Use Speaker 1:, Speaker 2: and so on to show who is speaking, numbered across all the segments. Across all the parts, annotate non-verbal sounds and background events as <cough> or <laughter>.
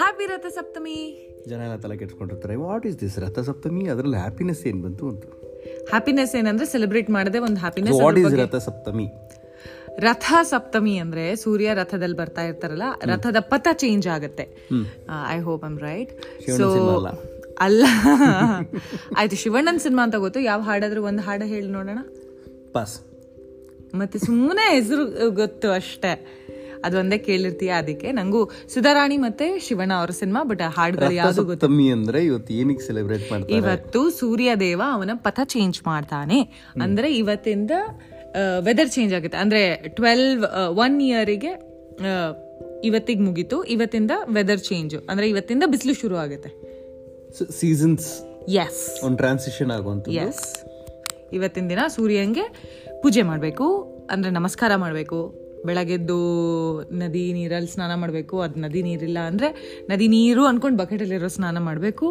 Speaker 1: Happy Rathasaptami
Speaker 2: ಜನ ಎಲ್ಲ ತಲೆ ಕೆಟ್ಕೊಂಡಿರ್ತಾರೆ ವಾಟ್ ಈಸ್ ದಿಸ್ ರಥಸಪ್ತಮಿ ಅದರಲ್ಲಿ ಹ್ಯಾಪಿನೆಸ್ ಏನು ಬಂತು ಅಂತ
Speaker 1: ಹ್ಯಾಪಿನೆಸ್ ಏನಂದ್ರೆ ಸೆಲೆಬ್ರೇಟ್ ಮಾಡದೆ ಒಂದು happiness
Speaker 2: what is Rathasaptami
Speaker 1: Ratha ಸಪ್ತಮಿ ಅಂದ್ರೆ ಸೂರ್ಯ ರಥದಲ್ಲಿ ಬರ್ತಾ ಇರ್ತಾರಲ್ಲ ರಥದ ಪಥ ಚೇಂಜ್ ಆಗುತ್ತೆ I hope I'm right so ಅಲ್ಲ <laughs> ಆಯ್ತು ಶಿವಣ್ಣನ್ ಸಿನಿಮಾ ಅಂತ ಗೊತ್ತು ಯಾವ ಹಾಡಾದ್ರೂ ಒಂದು ಹಾಡು ಹೇಳಿ ನೋಡೋಣ
Speaker 2: ಪಾಸ್
Speaker 1: ಮತ್ತೆ ಸುಮ್ಮನೆ ಹೆಸರು ಗೊತ್ತು ಅಷ್ಟೇ ಅದೊಂದೇ ಕೇಳಿರ್ತೀಯ ಅದಕ್ಕೆ ನಂಗೂ ಸುಧಾರಾಣಿ ಮತ್ತೆ ಶಿವಣ್ಣ ಅವರ ಸಿನಿಮಾ ಬಟ್ ಹಾಡುಗಳು ಯಾವುದು
Speaker 2: ರಥಸಪ್ತಮಿ ಅಂದ್ರೆ ಇವತ್ತು ಏನಕ್ಕೆ ಸೆಲೆಬ್ರೇಟ್ ಮಾಡ್ತಾರೆ
Speaker 1: ಇವತ್ತು ಸೂರ್ಯದೇವ ಅವನ ಪಥ ಚೇಂಜ್ ಮಾಡ್ತಾನೆ ಅಂದ್ರೆ ಇವತ್ತಿಂದ ವೆದರ್ ಚೇಂಜ್ ಆಗುತ್ತೆ ಅಂದ್ರೆ ಟ್ವೆಲ್ವ್ ಒನ್ ಇಯರಿಗೆ ಇವತ್ತಿಗೆ ಮುಗೀತು ಇವತ್ತಿಂದ ವೆದರ್ ಚೇಂಜ್ ಅಂದ್ರೆ ಇವತ್ತಿಂದ ಬಿಸಿಲು ಶುರು ಆಗುತ್ತೆ
Speaker 2: ಸೀಸನ್ಸ್
Speaker 1: ಎಸ್
Speaker 2: ಒಂದು ಟ್ರಾನ್ಸಿಷನ್ ಆಗುವಂತ
Speaker 1: ಎಸ್ ಇವತ್ತಿನ ದಿನ ಸೂರ್ಯಂಗೆ ಪೂಜೆ ಮಾಡಬೇಕು ಅಂದರೆ ನಮಸ್ಕಾರ ಮಾಡಬೇಕು ಬೆಳಗ್ಗೆದ್ದು ನದಿ ನೀರಲ್ಲಿ ಸ್ನಾನ ಮಾಡಬೇಕು ಅದು ನದಿ ನೀರಿಲ್ಲ ಅಂದರೆ ನದಿ ನೀರು ಅಂದ್ಕೊಂಡು ಬಕೆಟಲ್ಲಿರೋ ಸ್ನಾನ ಮಾಡಬೇಕು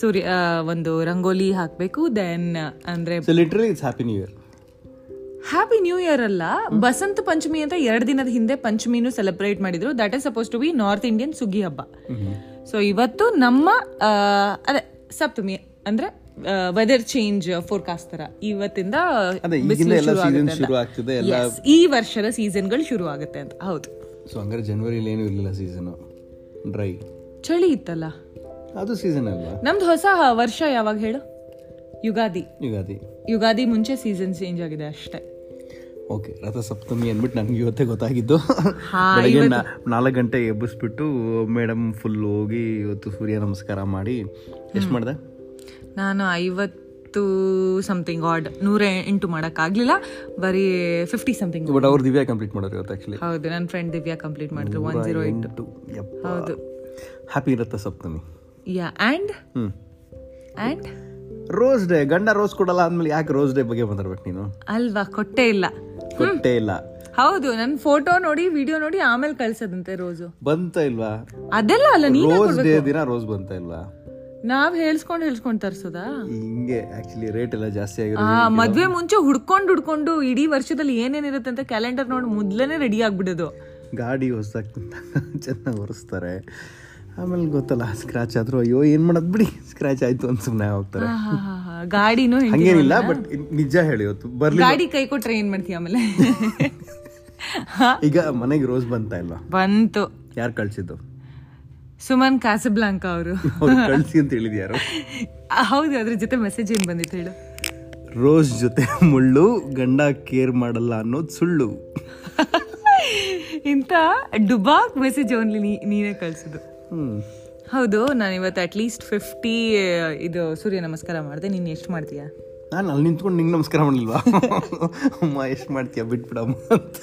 Speaker 1: ಸೂರ್ಯ ಆ, ಒಂದು ರಂಗೋಲಿ ಹಾಕಬೇಕು ದೆನ್ ಅಂದರೆ
Speaker 2: so literally it's happy new year
Speaker 1: happy new year ಅಲ್ಲ ಬಸಂತ ಪಂಚಮಿ ಅಂತ ಎರಡು ದಿನದ ಹಿಂದೆ ಪಂಚಮಿನೂ ಸೆಲೆಬ್ರೇಟ್ ಮಾಡಿದ್ರು that is suppose to be north Indian ಸುಗ್ಗಿ ಹಬ್ಬ ಸೊ ಇವತ್ತು ನಮ್ಮ ಆ, ಅದೇ ಸಪ್ತಮಿ ಅಂದ್ರೆ ವೆದರ್ ಚೇಂಜ್ ಫೋರ್ಕಾಸ್ಟ್ ತರ ಇವತ್ತಿಂದ
Speaker 2: ಅದೇ ಈಗಿಂದ
Speaker 1: ಬಿಸಿಲು ಶುರು
Speaker 2: ಎಲ್ಲ ಸೀಸನ್
Speaker 1: ಆಗುತ್ತೆ
Speaker 2: ಶುರು ಆಗ್ತಿದೆ ಎಲ್ಲ
Speaker 1: Yes, ಈ ವರ್ಷದ ಸೀಸನ್ಗಳು ಶುರು ಆಗುತ್ತೆ ಅಂತ ಹೌದು
Speaker 2: ಸೊ ಹಂಗಾರೆ ಜನವರಿಲಿ ಏನೂ ಇರಲಿಲ್ಲ ಸೀಸನ್ ಡ್ರೈ
Speaker 1: ಚಳಿ ಇತ್ತಲ್ಲ
Speaker 2: ಅದು ಸೀಸನ್ ಅಲ್ವಾ
Speaker 1: ನಮ್ದು ಹೊಸ ವರ್ಷ ಯಾವಾಗ ಹೇಳು ಯುಗಾದಿ
Speaker 2: ಯುಗಾದಿ
Speaker 1: ಯುಗಾದಿ ಮುಂಚೆ ಸೀಸನ್ ಚೇಂಜ್ ಆಗಿದೆ ಅಷ್ಟೇ
Speaker 2: ಓಕೆ ರಥಸಪ್ತಮಿ ಅಂದ್ಬಿಟ್ಟು ನನಗೆ ಇವತ್ತೇ ಗೊತ್ತಾಗಿದ್ದು
Speaker 1: ಹಾ,
Speaker 2: <laughs> ಬೆಳಗ್ಗೆ ನಾ- ನಾಲ್ಕು ಗಂಟೆಗೆ ಎಬ್ಬಿಸ್ಬಿಟ್ಟು ಮೇಡಮ್ ಫುಲ್ ಹೋಗಿ ಇವತ್ತು ಸೂರ್ಯ ನಮಸ್ಕಾರ ಮಾಡಿ ಎಷ್ಟು ಮಾಡ್ದೆ
Speaker 1: ನಾನು ಐವತ್ತು ಸಮಥಿಂಗ್ ಆರ್ಡ್ ನೂರ ಎಂಟು ಮಾಡೋಕ್ಕಾಗಲಿಲ್ಲ ಬರೀ ಫಿಫ್ಟಿ ಸಮಥಿಂಗ್
Speaker 2: ಬಟ್ ಅವ್ರು ದಿವ್ಯಾ ಕಂಪ್ಲೀಟ್ ಮಾಡೋರು ಇವತ್ತು ಆ್ಯಕ್ಚುಲಿ
Speaker 1: ಹೌದು ನನ್ನ ಫ್ರೆಂಡ್ ದಿವ್ಯಾ ಕಂಪ್ಲೀಟ್ ಮಾಡಿದ್ರು ಒನ್ ಜೀರೋ ಏಟ್ ಹೌದು
Speaker 2: ಹ್ಯಾಪಿ ರಥಸಪ್ತಮಿ
Speaker 1: ಯಾ ಆ್ಯಂಡ್
Speaker 2: ಹ್ಞೂ
Speaker 1: ಆ್ಯಂಡ್
Speaker 2: ರೋಸ್ ಡೇ ಗಂಡ ರೋಸ್ ಕೊಡಲ್ಲ ಅಂದಮೇಲೆ ಯಾಕೆ ರೋಸ್ ಡೇ ಬಗ್ಗೆ ಬಂದಿರ್ಬೇಕು ನೀನು
Speaker 1: ಅಲ್ವಾ ಕೊಟ್ಟೇ ಇಲ್ಲ
Speaker 2: ಕೊಟ್ಟೇ ಇಲ್ಲ
Speaker 1: ಹೌದು ನನ್ನ ಫೋಟೋ ನೋಡಿ ವಿಡಿಯೋ ನೋಡಿ ಆಮೇಲೆ ಕಳ್ಸದಂತೆ ರೋಸು
Speaker 2: ಬಂತ ಇಲ್ವಾ
Speaker 1: ಅದೆಲ್ಲ ಅಲ್ಲ ನೀ
Speaker 2: ರೋಸ್ ಡೇ ದಿನ ರೋಸ್ ಬಂತ ಇಲ್ವಾ
Speaker 1: ನಾವ್ ಹೇಳ್ಸ್ಕೊಂಡು ಹೇಳ್ಸ್ಕೊಂಡು ತರ್ಸೋದಾ
Speaker 2: ಹಿಂಗೆ ಆಕ್ಚುಲಿ ರೇಟ್ ಎಲ್ಲ ಜಾಸ್ತಿ ಆಗಿರೋ
Speaker 1: ಆ ಮದ್ವೆ ಮುಂಚೆ ಹುಡ್ಕೊಂಡು ಹುಡ್ಕೊಂಡು ಇಡೀ ವರ್ಷದಲ್ಲಿ ಏನೇನಿರುತ್ತೆ ಅಂತ ಕ್ಯಾಲೆಂಡರ್ ನೋಡಿ ಮೊದ್ಲೇನೆ ರೆಡಿ ಆಗ್ಬಿಡೋದು
Speaker 2: ಗಾಡಿ <laughs> ಹೊಸದಾಗ್ತಂತ ಚೆನ್ನಾಗಿ ಒರೆಸ್ತಾರೆ ಆಮೇಲೆ ಗೊತ್ತಲ್ಲ ಸ್ಕ್ರಾಚ್ ಆದ್ರು ಅಯ್ಯೋ ಏನ್ ಮಾಡೋದು ಬಿಡಿ ಸ್ಕ್ರಾಚ್ ಆಯ್ತು ಅಂತ ಸುಮ್ಮನೆ ಹೋಗ್ತಾರೆ
Speaker 1: ಆ, ಹಾ, ಹಾ, ಹಾ. ಗಾಡಿನೂ ಹೆಂಡ್ತಿ
Speaker 2: ಹಂಗೇನಿಲ್ಲ ಬಟ್ ನಿಜ ಹೇಳಿ ಇವತ್ತು ಬರ್ಲಿ
Speaker 1: ಗಾಡಿ ಕೈ ಕೊಟ್ರೆ ಏನ್ ಮಾಡ್ತೀಯ ಆಮೇಲೆ
Speaker 2: ಈಗ ಮನೆಗೆ ರೋಸ್ ಬಂತಾ ಇಲ್ಲ
Speaker 1: ಬಂತು
Speaker 2: ಯಾರು ಕಳ್ಸಿದ್ದು
Speaker 1: ಸುಮನ್ ಕಾಸಬ್ಲಾಂಕ ಅವರು
Speaker 2: ಅವ್ರು ಕಳ್ಸಿ ಅಂತ ಹೇಳಿದ್ಯಾರು
Speaker 1: ಹೌದು ಅದ್ರ ಜೊತೆ ಮೆಸೇಜ್ ಏನ್ ಬಂದಿತ್ತು ಹೇಳು
Speaker 2: ರೋಸ್ ಜೊತೆ ಮುಳ್ಳು ಗಂಡ ಕೇರ್ ಮಾಡಲ್ಲ ಅನ್ನೋದು ಸುಳ್ಳು
Speaker 1: ಇಂಥ ಡುಬಾಕ್ ಮೆಸೇಜ್ ಓನ್ಲಿ ನೀನೇ ಕಳ್ಸಿದ್ದು
Speaker 2: ಹ್ಮ್
Speaker 1: ಹೌದು ನಾನು ಇವತ್ತು ಅಟ್ಲೀಸ್ಟ್ ಫಿಫ್ಟಿ ಇದು ಸೂರ್ಯ ನಮಸ್ಕಾರ ಮಾಡಿದೆ ನೀನು ಎಷ್ಟು ಮಾಡ್ತೀಯಾ
Speaker 2: ನಾನು ಅಲ್ಲಿ ನಿಂತ್ಕೊಂಡು ನಿಂಗೆ ನಮಸ್ಕಾರ ಮಾಡಲಿಲ್ವಾ ಅಮ್ಮ ಎಷ್ಟು ಮಾಡ್ತೀಯ ಬಿಟ್ಬಿಡಮ್ಮ ಅಂತ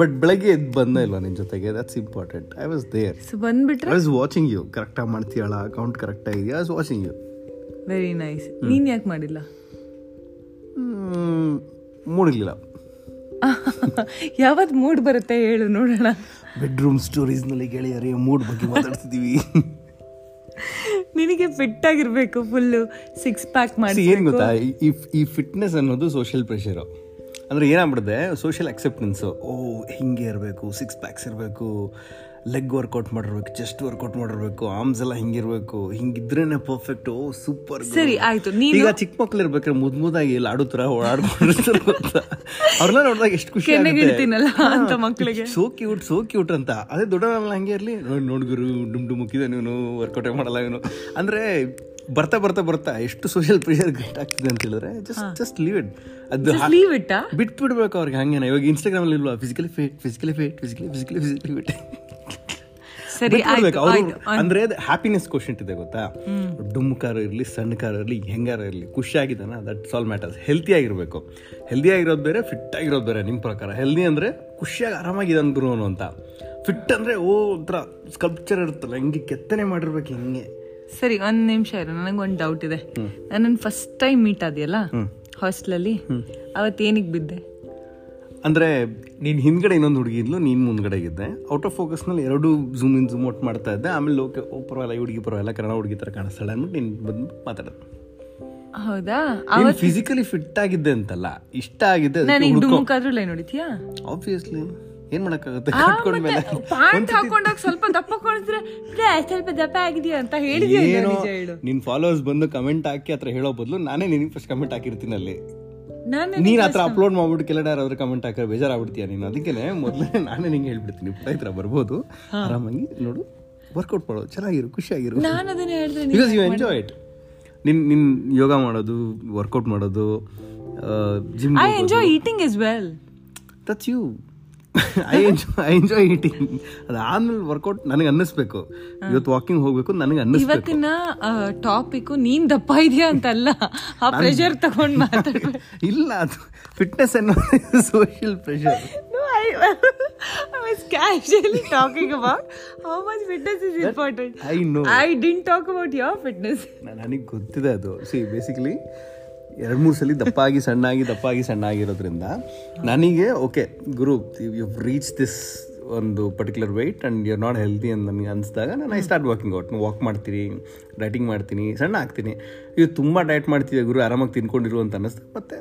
Speaker 2: ಬಟ್ ಬೆಳಗ್ಗೆ ಎದ್ದು ಬಂದ ಇಲ್ವಾ ನಿನ್ನ ಜೊತೆಗೆ that's important I was there
Speaker 1: so ಬಂದ್ಬಿಟ್ರೆ
Speaker 2: ಐ ವಾಸ್ ವಾಚಿಂಗ್ ಯು ಕರೆಕ್ಟಾಗಿ ಮಾಡ್ತೀಯಲ್ಲ ಅಕೌಂಟ್ ಕರೆಕ್ಟಾಗಿ ಇದೆಯಾ I was watching you
Speaker 1: very nice ನೀನು ಯಾಕೆ ಮಾಡಿಲ್ಲ
Speaker 2: ಮೂಡಿರಲಿಲ್ಲ
Speaker 1: ಯಾವತ್ತು ಮೂಡ್ ಬರುತ್ತೆ ಹೇಳು ನೋಡೋಣ
Speaker 2: ಬೆಡ್ರೂಮ್ ಸ್ಟೋರೀಸ್ನಲ್ಲಿ ಗೆಳೆಯರೇ ಮೂಡ್ ಬಗ್ಗೆ
Speaker 1: <laughs>
Speaker 2: ಮಾತಾಡ್ತಿದ್ದೀವಿ
Speaker 1: ನಿನಗೆ ಫಿಟ್ ಆಗಿರ್ಬೇಕು ಫುಲ್ಲು ಸಿಕ್ಸ್ ಪ್ಯಾಕ್ ಮಾಡಿ
Speaker 2: ಏನು ಗೊತ್ತಾ ಈ- ಈ ಈ ಫಿಟ್ನೆಸ್ ಅನ್ನೋದು ಸೋಷಿಯಲ್ ಪ್ರೆಷರು ಅಂದರೆ ಏನಾಗ್ಬಿಡುತ್ತೆ ಸೋಷಿಯಲ್ ಅಕ್ಸೆಪ್ಟೆನ್ಸು ಓ ಹಿಂಗೆ ಇರಬೇಕು ಸಿಕ್ಸ್ ಪ್ಯಾಕ್ಸ್ ಇರಬೇಕು ಲೆಗ್ ವರ್ಕೌಟ್ ಮಾಡಿರ್ಬೇಕು ಚೆಸ್ಟ್ ವರ್ಕೌಟ್ ಮಾಡಿರ್ಬೇಕು ಆರ್ಮ್ಸ್ ಎಲ್ಲ ಹಿಂಗಿರ್ಬೇಕು ಹಿಂಗಿದ್ರೇನೆ ಪರ್ಫೆಕ್ಟ್ ಓ ಸೂಪರ್
Speaker 1: ಸರಿ ಆಯ್ತು ನೀನು
Speaker 2: ಈಗ ಚಿಕ್ಕ ಮಕ್ಳು ಇರ್ಬೇಕಾದ್ರೆ ಮುದ್ ಮುದ್ದಾಗಿ ಇಲ್ಲಿ ಆಡೋ ಥರ ಓಡಾಡ್ಕೊಂಡಿರ್ತಾರೆ ಗೊತ್ತಾ ಅವ್ರನ್ನ ನೋಡಿದಾಗ ಎಷ್ಟು ಖುಷಿ
Speaker 1: ಕೆನ್ನೆಗೆ
Speaker 2: ಆಗುತ್ತೆ
Speaker 1: ಇಡ್ತೀನಲ್ಲ ಅಂತ ಮಕ್ಕಳಿಗೆ
Speaker 2: ಸೋ ಕ್ಯೂಟ್ ಸೋ ಕ್ಯೂಟ್ ಅಂತ ಅದೇ ದೊಡ್ಡವನಲ್ಲ ಹಂಗೆ ಇರಲಿ ನೋಡ್ಗುರು ಡುಮ್ ಡುಮ್ ಮುಕ್ಕಿದ ನೀನು ವರ್ಕೌಟ್ ಮಾಡಲ್ಲ ಇವನು ಅಂದರೆ ಬರ್ತಾ ಬರ್ತಾ ಬರ್ತಾ ಎಷ್ಟು ಸೋಷಿಯಲ್ ಪ್ರೆಷರ್ ಗಟ್ ಆಗ್ತಿದೆ ಅಂತ ಹೇಳಿದ್ರೆ ಜಸ್ಟ್ ಜಸ್ಟ್ ಲೀವ್ ಇಟ್ ಅದು
Speaker 1: ಲೀವ್ ಇಟ್ಟ
Speaker 2: ಬಿಟ್ಬಿಡ್ಬೇಕು ಅವ್ರಿಗೆ ಹಂಗೇನ ಇವಾಗ ಇನ್ಸ್ಟಾಗ್ರಾಮಲ್ಲಿ ಇಲ್ವಾ physically fit physically fit physically physically physically fit
Speaker 1: ಸರಿ ಆಯ್ತು ಆಯ್ತು
Speaker 2: ಅಂದ್ರೆ ಹ್ಯಾಪಿನೆಸ್ ಕ್ವಶನ್ ಇದೆ ಗೊತ್ತಾ ಡುಮ್ ಕಾರ ಇರಲಿ ಸಣ್ಣ ಕಾರ ಇರಲಿ ಹೆಂಗಾರ ಇರಲಿ ಖುಷಿಯಾಗಿದ್ದಾನ ದಟ್ ಸಾಲ್ ಮ್ಯಾಟರ್ಸ್ ಹೆಲ್ತಿ ಆಗಿರ್ಬೇಕು ಹೆಲ್ದಿ ಆಗಿರೋದು ಬೇರೆ ಫಿಟ್ ಆಗಿರೋದು ಬೇರೆ ನಿಮ್ಮ ಪ್ರಕಾರ ಹೆಲ್ದಿ ಅಂದ್ರೆ ಖುಷಿಯಾಗಿ ಆರಾಮಾಗಿದ್ದಾನೆ ಗುರು ಅವ್ನು ಅಂತ ಫಿಟ್ ಅಂದ್ರೆ ಓ ಒಂಥರ ಸ್ಕಲ್ಪ್ಚರ್ ಇರುತ್ತಲ್ಲ ಹಿಂಗೆ ಕೆತ್ತನೆ ಮಾಡಿರ್ಬೇಕು ಹಿಂಗೆ
Speaker 1: ಸರಿ ಒಂದ್ ನಿಮಿಷ ಇರು ನನಗೊಂದು ಡೌಟ್ ಇದೆ ನಾನು ಫಸ್ಟ್ ಟೈಮ್ ಮೀಟ್ ಆದ್ಯಲ್ಲ ಹಾಸ್ಟ್ಲಲ್ಲಿ ಅವತ್ತೇನಿಗೆ ಬಿದ್ದೆ
Speaker 2: ಅಂದ್ರೆ ನೀನು ಹಿಂದ್ಗಡೆ ಇನ್ನೊಂದು ಹುಡುಗಿ ಇದ್ಲು ನೀನು ಮುಂದ್ಗಡೆ ಇದ್ದೆ ಔಟ್ ಆಫ್ ಫೋಕಸ್ನಲ್ಲಿ ಎರಡು ಝೂಮ್ ಇನ್ ಝೂಮ್ ಔಟ್ ಮಾಡ್ತಾ ಇದ್ದೆ ಆಮೇಲೆ ಲೋಕೆ ಓ ಪರವಾಗಿಲ್ಲ ಈ ಹುಡುಗಿ ಪರವಾಗಿಲ್ಲ ಕನ್ನಡ ಹುಡುಗಿ ಥರ ಕಾಣಿಸ್ತಾಳೆ ಅಂದ್ಬಿಟ್ಟು ನೀನು ಬಂದು ಮಾತಾಡೋದು
Speaker 1: ಹೌದಾ
Speaker 2: ನೀನು ಫಿಸಿಕಲಿ ಫಿಟ್ ಆಗಿದ್ದೆ ಅಂತಲ್ಲ ಇಷ್ಟ ಆಗಿದೆ
Speaker 1: ನನಗೆ ಡುಮುಕಾದ್ರೂ ಲೈ ನೋಡಿದ್ಯಾ
Speaker 2: ಆಬ್ವಿಯಸ್ಲಿ ಏನ್ ಮಾಡಕ್ಕಾಗುತ್ತೆ ಕಟ್ಕೊಂಡ್ಮೇಲೆ
Speaker 1: ಪ್ಯಾಂಟ್ ಹಾಕೊಂಡಾಗ ಸ್ವಲ್ಪ ದಪ್ಪ ಕಾಣಿಸಿದ್ರೆ "ಲೇ, ಸ್ವಲ್ಪ ದಪ್ಪ ಆಗಿದೆಯಾ ಅಂತ ಹೇಳಿದ್ಯಾ ಇಲ್ವಾ? <laughs>
Speaker 2: ಏನೋ
Speaker 1: ನಿಜ ಹೇಳು
Speaker 2: ನಿನ್ ಫಾಲೋವರ್ಸ್ ಬಂದು ಕಮೆಂಟ್ ಹಾಕಿ ಹತ್ರ ಹೇಳೋ ಬದಲು ನಾನೇ ನಿನಗೆ ಫಸ್ಟ್ ಕಮೆಂಟ್ ಹಾಕಿರ್ತೀನಿ ಅಲ್ಲಿ
Speaker 1: ನಾನು
Speaker 2: ನೀನ್ ಹತ್ರ ಅಪ್ಲೋಡ್ ಮಾಡ್ಬಿಟ್ಟು ಕೆಲಡ ಯಾರಾದ್ರೂ ಕಮೆಂಟ್ ಹಾಕಿದ್ರೆ ಬೇಜಾರಾಗ್ಬಿಡ್ತೀಯ ನೀನು ಅದಕ್ಕೇನೆ ಮೊದಲೇ <laughs> ನಾನೇ ನಿಂಗೆ ಹೇಳ್ಬಿಡ್ತೀನಿ ಪುಟ್ಟ ಈ ಥರ ಬರ್ಬೋದು ಆರಾಮಾಗಿ ನೋಡು ವರ್ಕೌಟ್ ಮಾಡೋ ಚೆನ್ನಾಗಿರು ಖುಷಿಯಾಗಿರು
Speaker 1: ನಾನು ಅದನ್ನ ಹೇಳಿದ್ರೆ ನೀನು-
Speaker 2: ಬಿಕಾಸ್ ಯು ಎಂಜಾಯ್ ಇಟ್ ನಿನ್ ನಿನ್ ಯೋಗ ಮಾಡೋದು ವರ್ಕೌಟ್ ಮಾಡೋದು gym
Speaker 1: I enjoy eating is well
Speaker 2: that's <laughs> you I enjoy I enjoy eating ಅದು ಆಮೇಲೆ ವರ್ಕೌಟ್ ನನಗೆ ಅನ್ನಿಸ್ಬೇಕು ಇವತ್ತು ವಾಕಿಂಗ್ ಹೋಗ್ಬೇಕು ನನಗೆ ಅನ್ನಿಸ್ಬೇಕು
Speaker 1: ಇವತ್ತಿನ ಟಾಪಿಕ್ ನೀನ್ ದಪ್ಪ ಇದೆಯಾ ಅಂತಲ್ಲ ಆ ಪ್ರೆಷರ್ ತಗೊಂಡ್ ಮಾತಾಡ್ಬೇಕು
Speaker 2: ಇಲ್ಲ ಅದು ಫಿಟ್ನೆಸ್ ಅನ್ನೋದು <laughs> social pressure
Speaker 1: No, I, <laughs> I was casually talking about how much fitness is important.
Speaker 2: I know
Speaker 1: I didn't talk about your fitness.
Speaker 2: ನನಗೆ ಗೊತ್ತಿದೆ ಅದು ಸಿ ಬೇಸಿಕಲಿ ಎರಡು ಮೂರು ಸಲ ದಪ್ಪಾಗಿ ಸಣ್ಣಾಗಿ ದಪ್ಪಾಗಿ ಸಣ್ಣ ಆಗಿರೋದ್ರಿಂದ ನನಗೆ ಓಕೆ ಗುರು ಯು ರೀಚ್ ದಿಸ್ ಒಂದು particular weight and you are not healthy ಅಂತ ನನಗೆ ಅನಿಸಿದಾಗ ನಾನು I start walking out walk ಮಾಡ್ತೀನಿ ಡಯಟಿಂಗ್ ಮಾಡ್ತೀನಿ ಸಣ್ಣ ಆಗ್ತೀನಿ ಇದು ತುಂಬ ಡಯಟ್ ಮಾಡ್ತಿದ್ದೆ ಗುರು ಆರಾಮಾಗಿ ತಿನ್ಕೊಂಡಿರು ಅಂತ ಅನ್ನಿಸ್ತು ಮತ್ತೆ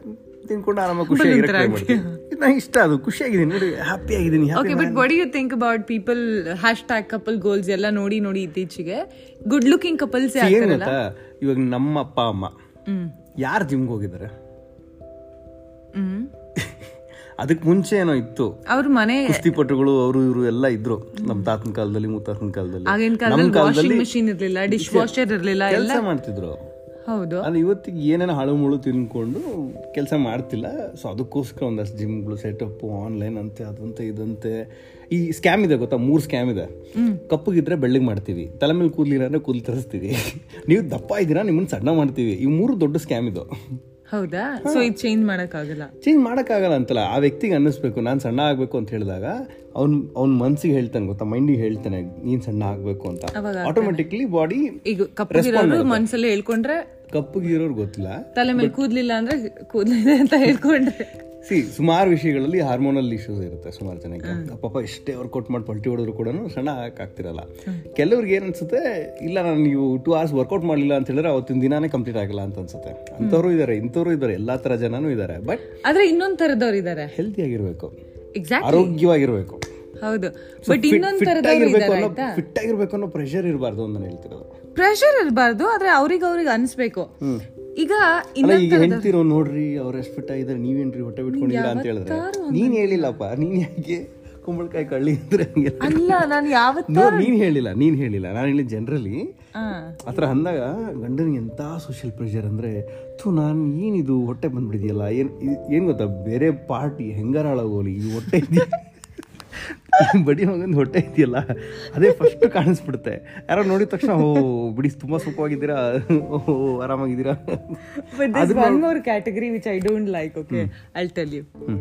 Speaker 2: ತಿನ್ಕೊಂಡು ಆರಾಮಾಗಿ ಖುಷಿಯಾಗಿ try ಮಾಡ್ತೀನಿ ಇದು ನಂಗೆ ಇಷ್ಟ ಅದು ಖುಷಿಯಾಗಿದ್ದೀನಿ ನೋಡಿ ಹ್ಯಾಪಿ ಆಗಿದ್ದೀನಿ
Speaker 1: okay but what you think about people hashtag couple goals ಎಲ್ಲ ನೋಡಿ ನೋಡಿ ಇತ್ತೀಚೆಗೆ ಗುಡ್ ಲುಕಿಂಗ್ ಕಪಲ್ಸ್
Speaker 2: ಏನು ಗೊತ್ತಾ ಇವಾಗ ನಮ್ಮ ಅಪ್ಪ ಅಮ್ಮ
Speaker 1: Mm,
Speaker 2: ಯಾರು ಜಿಮ್ಗೆ ಹೋಗಿದ್ದಾರೆ
Speaker 1: mm.
Speaker 2: ಅದಕ್ಕೆ ಮುಂಚೆ ಏನೋ ಇತ್ತು
Speaker 1: ಅವ್ರ ಮನೆ
Speaker 2: ಕುಸ್ತಿಪಟುಗಳು ಅವರು ಇವರು ಎಲ್ಲ ಇದ್ರು ನಮ್ಮ ತಾತನ ಕಾಲದಲ್ಲಿ ಮುತ್ತಾತನ ಕಾಲದಲ್ಲಿ
Speaker 1: ಆಗಿನ
Speaker 2: ನಮ್
Speaker 1: ಕಾಲದಲ್ಲಿ ವಾಷಿಂಗ್
Speaker 2: ಕಾಲದಲ್ಲಿ
Speaker 1: ಮೆಷಿನ್ ಇರ್ಲಿಲ್ಲ ಡಿಶ್ ವಾಷರ್ ಇರ್ಲಿಲ್ಲ
Speaker 2: ಕೆಲಸ ಮಾಡ್ತಿದ್ರು
Speaker 1: ಹೌದು
Speaker 2: ಅದು ಇವತ್ತಿಗೆ ಏನೇನೋ ಹಳು ಮುಳು ತಿನ್ಕೊಂಡು ಕೆಲಸ ಮಾಡ್ತಿಲ್ಲ ಸೊ ಅದಕ್ಕೋಸ್ಕರ ಒಂದಷ್ಟು ಜಿಮ್ಗಳು ಸೆಟಪ್ ಆನ್ಲೈನ್ ಅಂತೆ ಅದಂತೆ ಇದಂತೆ ಈ ಸ್ಕ್ಯಾಮ್ ಇದೆ ಗೊತ್ತಾ ಮೂರು ಸ್ಕ್ಯಾಮ್ ಇದೆ ಕಪ್ಪಗಿದ್ರೆ ಬೆಳ್ಳಗೆ ಮಾಡ್ತೀವಿ ತಲೆ ಮೇಲೆ ಕೂದಲಿಲ್ಲ ಅಂದರೆ ಕೂದಲು ತರಿಸ್ತೀವಿ <laughs> ನೀವು ದಪ್ಪ ಇದ್ದೀರಾ ನಿಮ್ಮನ್ನು ಸಣ್ಣ ಮಾಡ್ತೀವಿ ಈ ಮೂರು ದೊಡ್ಡ ಸ್ಕ್ಯಾಮ್ ಇದು
Speaker 1: ಹೌದಾ ಸೊ ಇದು ಚೇಂಜ್ ಮಾಡಕ್ಕಾಗಲ್ಲ
Speaker 2: ಚೇಂಜ್ ಮಾಡೋಕ್ಕಾಗಲ್ಲ ಅಂತಲ್ಲ ಆ ವ್ಯಕ್ತಿಗೆ ಅನ್ನಿಸ್ಬೇಕು ನಾನು ಸಣ್ಣ ಆಗಬೇಕು ಅಂತ ಹೇಳಿದಾಗ ಅವ್ನ ಅವ್ನ ಮನ್ಸಿಗೆ ಹೇಳ್ತಾನೆ ಗೊತ್ತಾ ಮೈಂಡಿಗೆ ಹೇಳ್ತಾನೆ ನೀನು ಸಣ್ಣ ಆಗಬೇಕು ಅಂತ
Speaker 1: ಅವಾಗ
Speaker 2: ಆಟೋಮೆಟಿಕ್ಲಿ ಬಾಡಿ
Speaker 1: ಈಗ ಕಪ್ಪಗಿರೋರು ಮನ್ಸಲ್ಲಿ ಹೇಳ್ಕೊಂಡ್ರೆ
Speaker 2: ಕಪ್ಪಗಿರೋರು ಗೊತ್ತಿಲ್ಲ
Speaker 1: ತಲೆ ಮೇಲೆ ಕೂದ್ಲಿಲ್ಲ ಅಂದ್ರೆ ಕೂದ್ಲಿದೆ ಅಂತ ಹೇಳ್ಕೊಂಡ್ರೆ
Speaker 2: ಸಿ ಸುಮಾರು ವಿಷಯಗಳಲ್ಲಿ ಹಾರ್ಮೋನಲ್ ಇಶ್ಯೂಸ್ ಇರುತ್ತೆ ಸುಮಾರು ಜನಕ್ಕೆ ಪಾಪ ಎಷ್ಟೇ ವರ್ಕೌಟ್ ಮಾಡಿ ಪಲ್ಟಿ ಹೊಡೆದ್ರು ಕೂಡ ಸಣ್ಣ ಆಗ್ತಿರಲ್ಲ ಕೆಲವ್ರಿಗೆ ಏನು ಅನ್ಸುತ್ತೆ ಇಲ್ಲ ನಾನು ನೀವು ಟೂ ಅವರ್ಸ್ ವರ್ಕೌಟ್ ಮಾಡಲಿಲ್ಲ ಅಂತ ಹೇಳಿದ್ರೆ ಅವತ್ತಿನ ದಿನಾನೇ ಕಂಪ್ಲೀಟ್ ಆಗಲ್ಲ ಅಂತ ಅನ್ಸುತ್ತೆ ಅಂಥವ್ರು ಇದ್ದಾರೆ ಇಂಥವ್ರು ಇದ್ದಾರೆ ಎಲ್ಲ ಥರ ಜನನೂ ಇದ್ದಾರೆ ಬಟ್
Speaker 1: ಆದ್ರೆ ಇನ್ನೊಂದ್ ತರದವ್ರು ಇದ್ದಾರೆ
Speaker 2: ಹೆಲ್ತಿ ಆಗಿರಬೇಕು
Speaker 1: ಎಕ್ಸಾಕ್ಟ್
Speaker 2: ಆರೋಗ್ಯವಾಗಿರಬೇಕು
Speaker 1: ಹೌದು ಬಟ್ ಇನ್ನೊಂದ್ ತರದವ್ರು
Speaker 2: ಫಿಟ್ಟಾಗಿರ್ಬೇಕು
Speaker 1: ಇದ್ದಾರೆ
Speaker 2: ಅನ್ನೋ
Speaker 1: ಆಯ್ತಾ
Speaker 2: ಫಿಟ್ಟಾಗಿರ್ಬೇಕು ಅನ್ನೋ ಪ್ರೆಷರ್ ಇರಬಾರ್ದು ಅಂತ ನಾನು ಹೇಳ್ತಿರೋದು
Speaker 1: ಪ್ರೆಷರ್ ಇರಬಾರ್ದು ಆದ್ರೆ ಅವ್ರಿಗೆ ಅವ್ರಿಗೆ ಅನ್ಸ್ಬೇಕು ಈಗ
Speaker 2: ಅಲ್ಲ
Speaker 1: ಇನ್ನೊಂದ್
Speaker 2: ಈಗ ಹೇಳ್ತಿರೋ ನೋಡ್ರಿ ಅವ್ರು ಎಷ್ಟು ಫಿಟ್ ಆಗಿದ್ದಾರೆ ನೀವೇನ್ರಿ ಹೊಟ್ಟೆ ಬಿಟ್ಕೊಂಡಿದ್ದೀರಾ ಅಂತ ಹೇಳಿದ್ರೆ ನೀನ್ ಹೇಳಿಲ್ಲಪ್ಪ ನೀನ್ ಯಾಕೆ ಕುಂಬಳಕಾಯಿ ಕಳ್ಳಿ ಅಂದ್ರೆ ಹಂಗೆ
Speaker 1: ಅಲ್ಲ ನಾನು ಯಾವತ್
Speaker 2: ನೋ ನೀನ್ ಹೇಳಿಲ್ಲ ನೀನ್ ಹೇಳಿಲ್ಲ ನಾನು ಹೇಳಿ ಜನರಲಿ
Speaker 1: ಆ,
Speaker 2: ಆತರ ಅಂದಾಗ ಗಂಡನಿಗೆ ಎಂಥ ಸೋಷಿಯಲ್ ಪ್ರೆಷರ್ ಅಂದ್ರೆ ಥೂ ನಾನು ಏನಿದು ಹೊಟ್ಟೆ ಬಂದ್ಬಿಡಿದೆಯಲ್ಲ ಏನ್ ಇದ್- ಏನ್ ಗೊತ್ತಾ ಬೇರೆ ಪಾರ್ಟಿ ಹೆಂಗಾರ ಹಾಳಾಗೋಲಿ ಈ ಹೊಟ್ಟೆ ಇದೆಯಾ ಬಡಿ ಮಗಂದು ಹೊಟ್ಟೆ ಇದೆಯಲ್ಲ ಅದೇ ಫಸ್ಟ್ ಕಾಣಿಸ್ಬಿಡುತ್ತೆ ಯಾರೋ ನೋಡಿದ ತಕ್ಷಣ ಓ ಬಿಡಿ ತುಂಬಾ ಸುಖವಾಗಿದ್ದೀರಾ ಓ ಆರಾಮಾಗಿದ್ದೀರಾ
Speaker 1: <laughs> but there's one more category which I don't like, okay? I'll tell you.
Speaker 2: ಹ್ಮ್.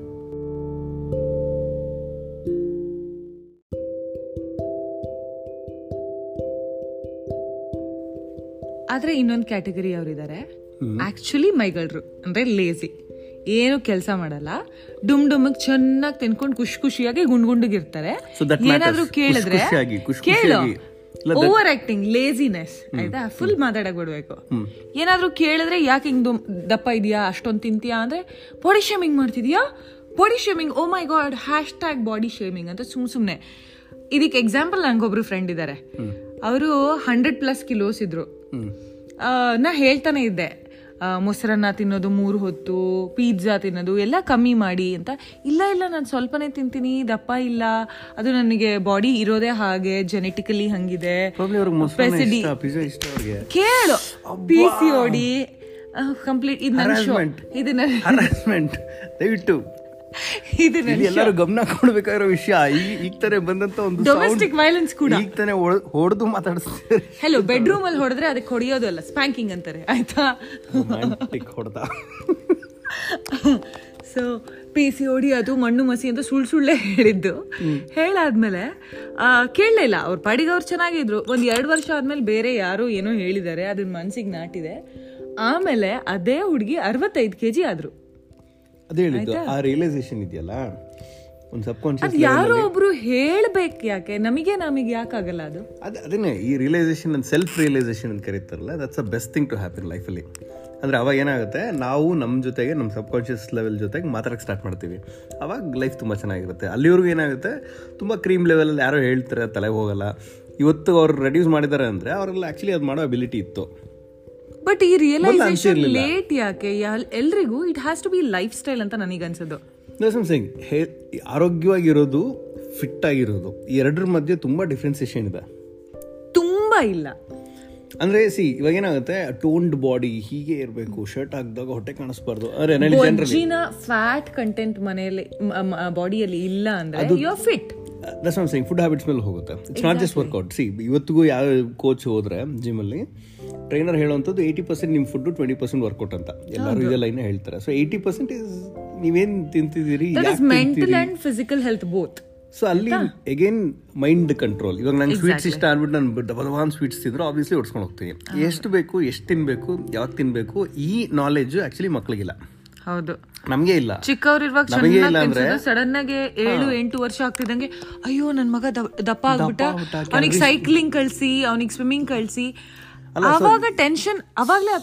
Speaker 1: ಆದ್ರೆ ಇನ್ನೊಂದ್ ಕ್ಯಾಟಗರಿ ಅವರಿದ್ದಾರೆ ಆಕ್ಚುಲಿ ಮೈಗಳರು ಅಂದ್ರೆ ಲೇಸಿ ಏನು ಕೆಲಸ ಮಾಡಲ್ಲ ಡುಮ್ ಡುಮಗ್ ಚೆನ್ನಾಗಿ ತಿನ್ಕೊಂಡು ಖುಷಿ ಖುಷಿಯಾಗಿ ಗುಂಡ್ ಗುಂಡಗಿರ್ತಾರೆ
Speaker 2: So that matters.
Speaker 1: ಏನಾದ್ರೂ
Speaker 2: ಖುಷ್
Speaker 1: ಕೇಳಿದ್ರೆ
Speaker 2: ಖುಷಿಯಾಗಿ, ಖುಷ್
Speaker 1: ಕೇಳು
Speaker 2: ಖುಷಿಯಾಗಿ.
Speaker 1: ಓವರ್ ಆಕ್ಟಿಂಗ್ ಲೇಸಿನೆಸ್ ಆಯ್ತಾ ಫುಲ್ ಮಾತಾಡಕ್ ಬಿಡ್ಬೇಕು ಏನಾದ್ರೂ ಕೇಳಿದ್ರೆ ಯಾಕೆ ಹಿಂಗ್ ದುಮ್- ದಪ್ಪ ಇದೆಯಾ ಅಷ್ಟೊಂದು ತಿಂತೀಯಾ ಅಂದ್ರೆ ಬಾಡಿ ಶೇಮಿಂಗ್ ಮಾಡ್ತಿದ್ಯಾ body shaming oh my god hashtag body shaming ಅಂತ ಸುಮ್ ಸುಮ್ನೆ ಇದಕ್ಕೆ ಎಕ್ಸಾಂಪಲ್ ನಂಗೊಬ್ರು ಫ್ರೆಂಡ್ ಇದ್ದಾರೆ ಅವರು ಹಂಡ್ರೆಡ್ ಪ್ಲಸ್ ಕಿಲೋಸ್ ಇದ್ರು ಆ, ನಾ ಹೇಳ್ತಾನೆ ಇದ್ದೆ ಆ, ಮೊಸರನ್ನ ತಿನ್ನೋದು ಮೂರು ಹೊತ್ತು ಪಿಜ್ಜಾ ತಿನ್ನೋದು ಎಲ್ಲ ಕಮ್ಮಿ ಮಾಡಿ ಅಂತ ಇಲ್ಲ ಇಲ್ಲ ನಾನು ಸ್ವಲ್ಪನೇ ತಿಂತೀನಿ ದಪ್ಪ ಇಲ್ಲ ಅದು ನನಗೆ ಬಾಡಿ ಇರೋದೇ ಹಾಗೆ ಜೆನೆಟಿಕಲಿ ಹಂಗಿದೆ
Speaker 2: Probably ಅವ್ರಿಗೆ ಮೊಸರನ್ನ ಇಷ್ಟ ಪಿಜ್ಜಾ ಇಷ್ಟ ಅವ್ರಿಗೆ
Speaker 1: ಕೇಳು ಪಿ ಸಿ ಓಡಿ ಕಂಪ್ಲೀಟ್ ಇದು ನನ್ನ ಶೋ
Speaker 2: Harassment.
Speaker 1: ಇದನ್ನ
Speaker 2: ಹರಾಸ್ಮೆಂಟ್ ದಯವಿಟ್ಟು
Speaker 1: ಇದು
Speaker 2: ಇಲ್ಲಿ ಎಲ್ಲರೂ ಗಮನ ಕೊಡ್ಬೇಕಾಗಿರೋ ವಿಷಯ ಈ ಈಗ ತಾನೇ ಬಂದಂತ ಒಂದು
Speaker 1: ಡೊಮೆಸ್ಟಿಕ್ ವೈಲೆನ್ಸ್ ಕೂಡ
Speaker 2: ಈಗ ತಾನೇ ಹೊಡ್- ಹೊಡ್ದು ಮಾತಾಡಿಸ್ತಾರೆ
Speaker 1: ಹೆಲೋ ಬೆಡ್ರೂಮ್ ಅಲ್ಲಿ ಹೊಡೆದ್ರೆ ಅದಕ್ಕೆ ಹೊಡೆಯೋದು ಅಲ್ಲ ಸ್ಪ್ಯಾಂಕಿಂಗ್ ಅಂತಾರೆ ಆಯ್ತಾ
Speaker 2: ರೊಮ್ಯಾಂಟಿಕ್ ಹೊಡೆದ
Speaker 1: <laughs> ಸೊ ಪಿ ಸಿ ಓಡಿ ಅದು ಮಣ್ಣು ಮಸಿ ಅಂತ ಸುಳ್ಳು ಸುಳ್ಳೇ ಹೇಳಿದ್ದು ಹೇಳಾದ್ಮೇಲೆ ಆ, ಕೇಳಲೇ ಇಲ್ಲ ಅವ್ರ ಪಾಡಿಗೆ ಅವ್ರು ಚೆನ್ನಾಗಿದ್ರು ಒಂದು ಎರಡು ವರ್ಷ ಆದ್ಮೇಲೆ ಬೇರೆ ಯಾರೋ ಏನೋ ಹೇಳಿದ್ದಾರೆ ಅದನ್ನ ಮನ್ಸಿಗೆ ನಾಟಿದೆ ಆಮೇಲೆ ಅದೇ ಹುಡುಗಿ ಅರವತ್ತೈದು ಕೆ ಜಿ ಆದ್ರು
Speaker 2: ಅದೇ ಹೇಳಿದ್ದು ಆ ರಿಯಲೈಸೇಷನ್ ಇದೆಯಲ್ಲ ಒಂದು ಸಬ್ ಕಾನ್ಷಿಯಸ್
Speaker 1: ಅದ್ ಯಾರೋ ಒಬ್ರು ಹೇಳ್ಬೇಕು ಯಾಕೆ ನಮಗೆ ನಮಗೆ ಯಾಕಾಗಲ್ಲ ಅದು
Speaker 2: ಅದೇ ಅದನ್ನೇ ಈ ರಿಯಲೈಸೇಷನ್ ಅಂತ ಸೆಲ್ಫ್ ರಿಯಲೈಸೇಷನ್ ಅಂತ ಕರೀತಾರಲ್ಲ that's a best thing to happen ಲೈಫಲ್ಲಿ ಅಂದರೆ ಅವಾಗ ಏನಾಗುತ್ತೆ ನಾವು ನಮ್ಮ ಜೊತೆಗೆ ನಮ್ಮ ಸಬ್ಕಾನ್ಷಿಯಸ್ ಲೆವೆಲ್ ಜೊತೆಗೆ ಮಾತಾಡಕ್ಕೆ ಸ್ಟಾರ್ಟ್ ಮಾಡ್ತೀವಿ ಅವಾಗ ಲೈಫ್ ತುಂಬ ಚೆನ್ನಾಗಿರುತ್ತೆ ಅಲ್ಲಿವರೆಗೂ ಏನಾಗುತ್ತೆ ತುಂಬ ಕ್ರೀಮ್ ಲೆವೆಲಲ್ಲಿ ಯಾರೋ ಹೇಳ್ತಾರೆ ತಲೆಗೆ ಹೋಗಲ್ಲ ಇವತ್ತು ಅವ್ರು ರೆಡ್ಯೂಸ್ ಮಾಡಿದ್ದಾರೆ ಅಂದರೆ ಅವರೆಲ್ಲ ಆ್ಯಕ್ಚುಲಿ ಅದು ಮಾಡೋ ಅಬಿಲಿಟಿ ಇತ್ತು
Speaker 1: ಬಟ್ ಈ ರಿಯಲೈಸೇಷನ್ ಲೇಟ್ ಯಾಕೆ ಯಾಲ್- ಎಲ್ರಿಗೂ it has to be lifestyle ಅಂತ ನನಗೆ ಅನ್ಸೋದು
Speaker 2: ಸಿಂಗ್ ಹೇ ಆರೋಗ್ಯವಾಗಿರೋದು ಫಿಟ್ ಆಗಿರೋದು ಈ ಎರಡರ ಮಧ್ಯೆ ತುಂಬ ಡಿಫ್ರೆನ್ಸಿಯೇಷನ್ ಇದೆ
Speaker 1: ತುಂಬಾ ಇಲ್ಲ
Speaker 2: ಅಂದ್ರೆ ಸಿ ಇವಾಗ ಏನಾಗುತ್ತೆ ಟೋನ್ಡ್ ಬಾಡಿ ಹೀಗೆ ಇರಬೇಕು ಶರ್ಟ್ ಹಾಕಿದಾಗ ಹೊಟ್ಟೆ ಕಾಣಿಸ್ಬಾರ್ದು ಅರೆ ನನಗೆ ಜನರಲಿ
Speaker 1: ಬೊಜ್ಜಿನ ಫ್ಯಾಟ್ ಕಂಟೆಂಟ್ ಮನೆಯಲ್ಲಿ ಬಾಡಿಯಲ್ಲಿ ಇಲ್ಲ ಅಂದ್ರೆ you are fit
Speaker 2: that's not saying food habits ಮೇಲೆ ಹೋಗುತ್ತೆ it's not just workout see ಇವತ್ತಿಗೂ ಯಾವ ಕೋಚ್ ಹೋದ್ರೆ ಜಿಮ್ಮಲ್ಲಿ ಟ್ರೈನರ್ ಹೇಳುವಂಥದ್ದು ಏಯ್ಟಿ ಪರ್ಸೆಂಟ್ ನಿಮ್ಮ ಫುಡ್ಡು ಟ್ವೆಂಟಿ ಪರ್ಸೆಂಟ್ ವರ್ಕೌಟ್ ಅಂತ ಎಲ್ಲರೂ ಇದೇ ಲೈನ್ ಹೇಳ್ತಾರೆ ಸೊ ಏಯ್ಟಿ ಪರ್ಸೆಂಟ್ ಇಸ್ ನೀವೇನು ತಿಂತಿದ್ದೀರಿ
Speaker 1: ದಟ್
Speaker 2: ಯಾಕ್
Speaker 1: is mental and physical health both
Speaker 2: so ಅಲ್ಲಿ ಅಗೇನ್ ಮೈಂಡ್ ಕಂಟ್ರೋಲ್ ಇವಾಗ ನಂಗೆ ಸ್ವೀಟ್ಸ್ ಇಷ್ಟ ಅಂದ್ಬಿಟ್ಟು ನಾನು ಡಬಲ್ ಒನ್ ಸ್ವೀಟ್ಸ್ ತಿಂದ್ರೆ ಆಬ್ವಿಯಸ್ಲಿ ಹೊಡ್ಸ್ಕೊಂಡು ಹೋಗ್ತೀನಿ ಎಷ್ಟು ಬೇಕು ಎಷ್ಟು ತಿನ್ಬೇಕು ಯಾವಾಗ ತಿನ್ಬೇಕು ಈ ನಾಲೆಜ್ ಆಕ್ಚುಲಿ ಮಕ್ಳಿಗಿಲ್ಲ
Speaker 1: ಹೌದು
Speaker 2: ನಮಗೆ ಇಲ್ಲ
Speaker 1: ಚಿಕ್ಕವ್ರಿರುವಾಗ
Speaker 2: ನಮಗೆ ಇಲ್ಲ
Speaker 1: ಚೆನ್ನಾಗಿ
Speaker 2: ಅಂದ್ರೆ-
Speaker 1: ತಿನ್ಸೋದು ಸಡನ್ ಆಗಿ ಏಳು ಎಂಟು ವರ್ಷ ಆಗ್ತಿದ್ದಂಗೆ ಅಯ್ಯೋ ನನ್ ಮಗ ದಪ್- ದಪ್ಪ ಆಗ್ಬಿಟ್ಟ ಅವನಿಗೆ ಸೈಕ್ಲಿಂಗ್ ಕಳ್ಸಿ ಅವನಿಗೆ ಸ್ವಿಮ್ಮಿಂಗ್ ಕಳ್ಸಿ ಅವಾಗ ಟೆನ್ಷನ್ ಅವಾಗ್ಲೇ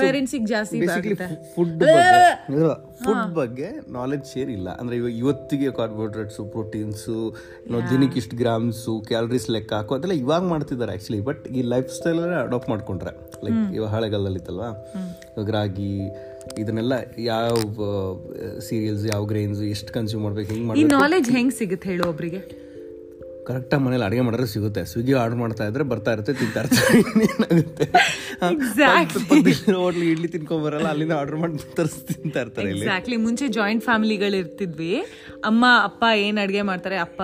Speaker 1: ಪೇರೆಂಟ್ಸ್ ಜಾಸ್ತಿ
Speaker 2: ಬೇಸಿಕಲಿ ಫುಡ್ ಬಗ್ಗೆ ಫುಡ್ ಬಗ್ಗೆ ನಾಲೆಜ್ ಶೇರ್ ಇಲ್ಲ ಅಂದ್ರೆ ಇವಾಗ ಇವತ್ತಿಗೆ ಕಾರ್ಬೋಹೈಡ್ರೇಟ್ಸು ಪ್ರೋಟೀನ್ಸು ದಿನಕ್ಕೆ ಇಷ್ಟು ಗ್ರಾಮ್ಸು ಕ್ಯಾಲರೀಸ್ ಲೆಕ್ಕ ಹಾಕು ಅದೆಲ್ಲ ಇವಾಗ ಮಾಡ್ತಿದ್ದಾರೆ ಆ್ಯಕ್ಚುಲಿ ಬಟ್ ಈ ಲೈಫ್ ಸ್ಟೈಲ್ ಅಡಾಪ್ಟ್ ಮಾಡ್ಕೊಂಡ್ರೆ ಲೈಕ್ ಇವಾಗ ಹಳೆಗಾಲದಲ್ಲಿ ಇತ್ತಲ್ವಾ ಇವಾಗ ರಾಗಿ ಇದನ್ನೆಲ್ಲ ಯಾವ ಸೀರಿಯಲ್ಸ್ ಯಾವ ಗ್ರೈನ್ಸ್ ಎಷ್ಟು ಕನ್ಸ್ಯೂಮ್ ಮಾಡ್ಬೇಕು ಹೆಂಗೆ
Speaker 1: ಈ
Speaker 2: ಮಾಡ್ಬೇಕು
Speaker 1: ನಾಲೆಜ್ ಹೆಂಗ್ ಸಿಗುತ್ತೆ ಹೇಳು ಒಬ್ರಿಗೆ
Speaker 2: ಕರೆಕ್ಟಾಗಿ ಮನೇಲಿ ಅಡುಗೆ ಮಾಡಿದ್ರೆ ಸಿಗುತ್ತೆ ಸ್ವಿಗ್ಗಿ ಆರ್ಡರ್ ಮಾಡ್ತಾ ಇದ್ರೆ ಬರ್ತಾ ಇರುತ್ತೆ ತಿಂತಾ ಇರ್ತಾರೆ <laughs> ಏನಾಗುತ್ತೆ ಹೋಟ್ಲ್ ಇಡ್ಲಿ ತಿನ್ಕೊಂಡ್ ಬರಲ್ಲ ಅಲ್ಲಿಂದ ಆರ್ಡರ್ ಮಾಡಿ ತರಿಸಿ ತಿಂತಾ ಇರ್ತಾರೆ ಇಲ್ಲಿ
Speaker 1: ಎಕ್ಸಾಕ್ಟ್ಲಿ ಮುಂಚೆ ಜಾಯಿಂಟ್ ಫ್ಯಾಮಿಲಿಗಳು ಇರ್ತಿದ್ವಿ ಅಮ್ಮ ಅಪ್ಪ ಏನ್ ಅಡ್ಗೆ ಮಾಡ್ತಾರೆ ಅಪ್ಪ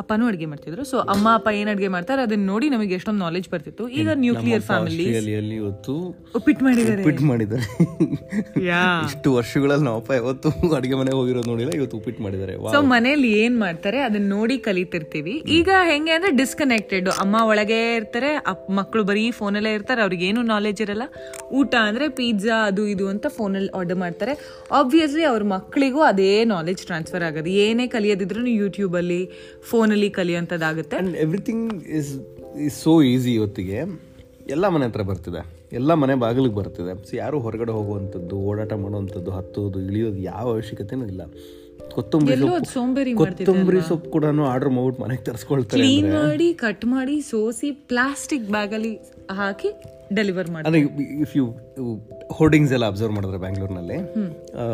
Speaker 1: ಅಪ್ಪನೂ ಅಡ್ಗೆ ಮಾಡ್ತಿದ್ರು ಸೊ ಅಮ್ಮ ಅಪ್ಪ ಏನ್ ಅಡ್ಗೆ ಮಾಡ್ತಾರೆ ಅದನ್ನ ನೋಡಿ ನಮಗೆ ಎಷ್ಟೊಂದು ನಾಲೆಜ್ ಬರ್ತಿತ್ತು ಈಗ ನ್ಯೂಕ್ಲಿಯರ್ ಫ್ಯಾಮಿಲಿ
Speaker 2: ಆಸ್ಟ್ರೇಲಿಯಲ್ಲಿ ಇವತ್ತು
Speaker 1: ಉಪ್ಪಿಟ್ಟು ಮಾಡಿದ್ದಾರೆ
Speaker 2: ಉಪ್ಪಿಟ್ಟು ಮಾಡಿದ್ದಾರೆ
Speaker 1: ಯಾ
Speaker 2: ಇಷ್ಟು ವರ್ಷಗಳಲ್ಲಿ ನಾವು ಅಪ್ಪ ಯಾವತ್ತು ಅಡುಗೆ ಮನೆಗೆ ಹೋಗಿರೋದು ನೋಡಿಲ್ಲ ಇವತ್ತು ಉಪ್ಪಿಟ್ಟು ಮಾಡಿದ್ದಾರೆ ವಾ
Speaker 1: ಸೊ ಮನೇಲಿ ಏನ್ ಮಾಡ್ತಾರೆ ಅದನ್ನ ನೋಡಿ ಕಲಿತಿರ್ತೀವಿ ಈಗ ಹೆಂಗೆ ಅಂದ್ರೆ ಡಿಸ್ಕನೆಕ್ಟೆಡ್ ಅಮ್ಮ ಒಳಗೆ ಇರ್ತಾರೆ ಅಪ್- ಮಕ್ಳು ಬರೀ ಫೋನಲ್ಲೇ ಇರ್ತಾರೆ ಅವ್ರಿಗೆ ಏನು ನಾಲೆಜ್ ಇರಲ್ಲ ಊಟ ಅಂದ್ರೆ ಪಿಜ್ಜಾ ಅದು ಇದು ಅಂತ ಫೋನಲ್ಲಿ ಆರ್ಡರ್ ಮಾಡ್ತಾರೆ ಆಬ್ವಿಯಸ್ಲಿ ಅವ್ರ ಮಕ್ಕಳಿಗೂ ಅದೇ ನಾಲೆಜ್ ಟ್ರಾನ್ಸ್ಫರ್ ಆಗೋದು ಏನೇ ಕಲಿಯೋದಿದ್ರು ಯೂಟ್ಯೂಬಲ್ಲಿ ಫೋನಲ್ಲಿ ಕಲಿಯೋಂಥದ್ದಾಗುತ್ತೆ
Speaker 2: and everything is is so easy ಇವತ್ತಿಗೆ ಎಲ್ಲ ಮನೆ ಹತ್ರ ಬರ್ತಿದೆ ಎಲ್ಲ ಮನೆ ಬಾಗಿಲಿಗೆ ಬರ್ತಿದೆ ಸೊ ಯಾರು ಹೊರಗಡೆ ಹೋಗುವಂಥದ್ದು ಓಡಾಟ ಮಾಡುವಂಥದ್ದು ಹತ್ತೋದು ಇಳಿಯೋದು ಯಾವ ಅವಶ್ಯಕತೆನೂ ಇಲ್ಲ ಕೊತ್ತಂಬರಿ
Speaker 1: ಎಲ್ಲೋ
Speaker 2: ಸೊಪ್ಪು
Speaker 1: ಅದ್ ಸೋಂಬೇರಿ ಮಾಡ್ತಿದೆ
Speaker 2: ಕೊತ್ತಂಬರಿ ಸೊಪ್ಪು ಕೂಡ ಆರ್ಡರ್ ಮಾಡ್ಬಿಟ್ಟು ಮನೆಗೆ ತರಿಸ್ಕೊಳ್ತಾರೆ
Speaker 1: ಕ್ಲೀನ್ ಮಾಡಿ ಕಟ್ ಮಾಡಿ ಸೋಸಿ ಪ್ಲಾಸ್ಟಿಕ್ ಬ್ಯಾಗಲ್ಲಿ ಹಾಕಿ ಡೆಲಿವರ್ ಮಾಡಿ
Speaker 2: ಅಂದರೆ ಇಫ್ ಯು ಹೋರ್ಡಿಂಗ್ಸ್ ಎಲ್ಲ ಅಬ್ಸರ್ವ್ ಮಾಡಿದ್ರೆ ಬ್ಯಾಂಗ್ಳೂರ್ನಲ್ಲಿ ಆ,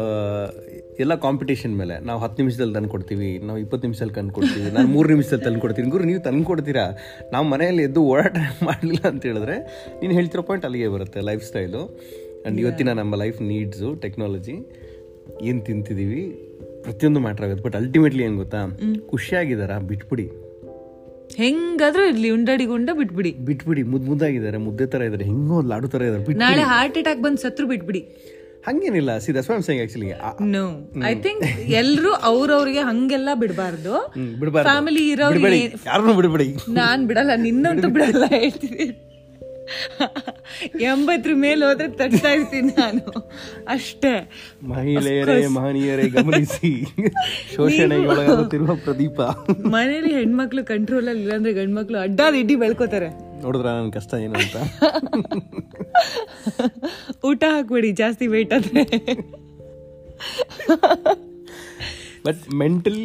Speaker 2: ಎಲ್ಲ ಕಾಂಪಿಟೇಷನ್ ಮೇಲೆ ನಾವು ಹತ್ತು ನಿಮಿಷದಲ್ಲಿ ತಂದು ಕೊಡ್ತೀವಿ ನಾವು ಇಪ್ಪತ್ತು ನಿಮಿಷದಲ್ಲಿ ತಂದು ಕೊಡ್ತೀವಿ ನಾನು ಮೂರು ನಿಮಿಷದಲ್ಲಿ ತಂದು ಕೊಡ್ತೀನಿ ಗುರು ನೀವು ತಂದು ಕೊಡ್ತೀರಾ ನಾವು ಮನೆಯಲ್ಲಿ ಎದ್ದು ಓಡಾಟ ಮಾಡಲಿಲ್ಲ ಅಂತ ಹೇಳಿದ್ರೆ ನೀನು ಹೇಳ್ತಿರೋ ಪಾಯಿಂಟ್ ಅಲ್ಲಿಗೆ ಬರುತ್ತೆ ಲೈಫ್ ಸ್ಟೈಲು ಆ್ಯಂಡ್ ಇವತ್ತಿನ ನಮ್ಮ ಲೈಫ್ ನೀಡ್ಸು ಟೆಕ್ನಾಲಜಿ ಏನು ತಿಂತಿದ್ದೀವಿ ಪ್ರತಿಯೊಂದು ಮ್ಯಾಟ್ರ್ ಆಗುತ್ತೆ ಬಟ್ ಅಲ್ಟಿಮೇಟ್ಲಿ ಏನು ಗೊತ್ತಾ ಖುಷಿಯಾಗಿದ್ದಾರಾ ಬಿಟ್ಬಿಡಿ
Speaker 1: ಹೆಂಗಾದ್ರೂ ಇರ್ಲಿ ಉಂಡಡಿ ಗುಂಡ ಬಿಟ್ಬಿಡಿ
Speaker 2: ಬಿಟ್ಬಿಡಿ ಮುದ್ದು ಮುದ್ದಾಗಿದ್ದಾರೆ ಮುದ್ದೆ ಥರ ಇದ್ದಾರೆ ಹೆಂಗೋ ಒಂದು ಲಾಡು ಥರ ಇದ್ದಾರೆ ಬಿಟ್ಟು
Speaker 1: ನಾಳೆ ಹಾರ್ಟ್ ಅಟ್ಯಾಕ್ ಬಂದು ಸತ್ರು ಬಿಟ್ಬಿಡಿ
Speaker 2: ಹಂಗೇನಿಲ್ಲ see that's what I saying actually
Speaker 1: no I think ಎಲ್ರು ಅವ್ರವ್ರಿಗೆ ಹಂಗೆಲ್ಲ ಬಿಡಬಾರ್ದು
Speaker 2: ಬಿಡಬಾರ್ದು
Speaker 1: ಫ್ಯಾಮಿಲಿ ಇರೋರು
Speaker 2: ಬಿಡಬೇಡಿ ಯಾರನ್ನೂ ಬಿಡಬೇಡಿ
Speaker 1: ನಾನ್ ಬಿಡಲ್ಲ ನಿನ್ನಂತೂ ಬಿಡಲ್ಲ ಹೇಳ್ತೀನಿ ಎಂಬತ್ತರ ಮೇಲೆ ಹೋದ್ರೆ ತಟ್ತಾ ಇರ್ತೀನಿ ನಾನು ಅಷ್ಟೇ
Speaker 2: ಮಹಿಳೆಯರೇ ಮಹನೀಯರೇ ಗಮನಿಸಿ ಶೋಷಣೆಗೆ ಒಳಗಾಗುತ್ತಿರುವ ಪ್ರದೀಪ
Speaker 1: ಮನೇಲಿ ಹೆಣ್ಮಕ್ಳು ಕಂಟ್ರೋಲ್ ಅಲ್ಲಿ ಇಲ್ಲಾಂದ್ರೆ ಗಂಡ್ಮಕ್ಳು ಅಡ್ಡಾದಿಡ್ಡಿ ಬೆಳ್ಕೋತಾರೆ
Speaker 2: ನೋಡಿದ್ರ ನನ್ನ ಕಷ್ಟ ಏನು ಅಂತ
Speaker 1: ಊಟ ಹಾಕ್ಬೇಡಿ ಜಾಸ್ತಿ ವೇಟ್ ಆದ್ರೆ
Speaker 2: ಬಟ್ ಮೆಂಟಲ್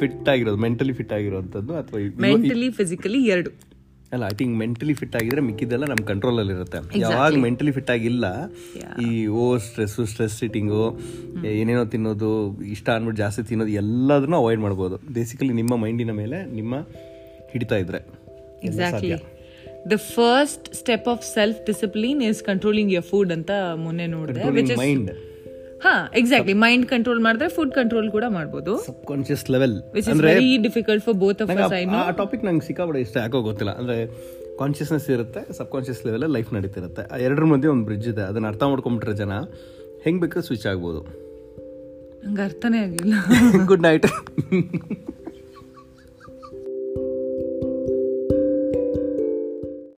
Speaker 2: ಫಿಟ್ ಆಗಿರೋದು ಮೆಂಟಲಿ ಫಿಟ್ ಆಗಿರೋಂಥದ್ದು ಅಥವಾ
Speaker 1: ಮೆಂಟಲಿ ಫಿಸಿಕಲಿ ಎರಡು
Speaker 2: ಅಲ್ಲ ಐ ಥಿಂಕ್ ಮೆಂಟಲಿ ಫಿಟ್ ಆಗಿದ್ರೆ ಮಿಕ್ಕಿದ್ದೆಲ್ಲ ನಮ್ಮ ಕಂಟ್ರೋಲಲ್ಲಿ ಇರುತ್ತೆ ಯಾವಾಗ ಮೆಂಟಲಿ ಫಿಟ್ ಆಗಿಲ್ಲ ಈ ಓವರ್ ಸ್ಟ್ರೆಸ್ಸು ಸ್ಟ್ರೆಸ್ ಸಿಟಿಂಗು ಏನೇನೋ ತಿನ್ನೋದು ಇಷ್ಟ ಅಂದ್ಬಿಟ್ಟು ಜಾಸ್ತಿ ತಿನ್ನೋದು ಎಲ್ಲದನ್ನೂ ಅವಾಯ್ಡ್ ಮಾಡ್ಬೋದು ಬೇಸಿಕಲಿ ನಿಮ್ಮ ಮೈಂಡಿನ ಮೇಲೆ ನಿಮ್ಮ ಹಿಡಿತಾ ಇದ್ರೆ
Speaker 1: exactly the first step of self discipline is controlling your food ಅಂತ ಮೊನ್ನೆ ನೋಡಿದೆ ವಿಚ್ ಇಸ್
Speaker 2: ಮೈಂಡ್
Speaker 1: ಹಾ ಎಕ್ಸಾಕ್ಟ್ಲಿ ಮೈಂಡ್ ಕಂಟ್ರೋಲ್ ಮಾಡಿದ್ರೆ ಫುಡ್ ಕಂಟ್ರೋಲ್ ಕೂಡ ಮಾಡ್ಬೋದು
Speaker 2: subconscious level
Speaker 1: which is very difficult for both of us I know
Speaker 2: ಆ topic ನಂಗೆ ಸಿಕ್ಕಾಪಡೆ ಇಷ್ಟ ಯಾಕೋ ಗೊತ್ತಿಲ್ಲ ಅಂದ್ರೆ ಕಾನ್ಷಿಯಸ್ನೆಸ್ ಇರುತ್ತೆ ಸಬ್ ಕಾನ್ಷಿಯಸ್ ಲೆವೆಲ್ ಲೈಫ್ ನಡೀತಿರುತ್ತೆ ಆ ಎರಡರ ಮಧ್ಯೆ ಒಂದು ಬ್ರಿಡ್ಜ್ ಇದೆ ಅದನ್ನ ಅರ್ಥ ಮಾಡ್ಕೊಂಬಿಟ್ರೆ ಜನ ಹೆಂಗ್ ಬೇಕಾದ್ರೆ ಸ್ವಿಚ್ ಆಗ್ಬೋದು
Speaker 1: ನಂಗೆ ಅರ್ಥನೇ ಆಗಿಲ್ಲ
Speaker 2: ಗುಡ್ ನೈಟ್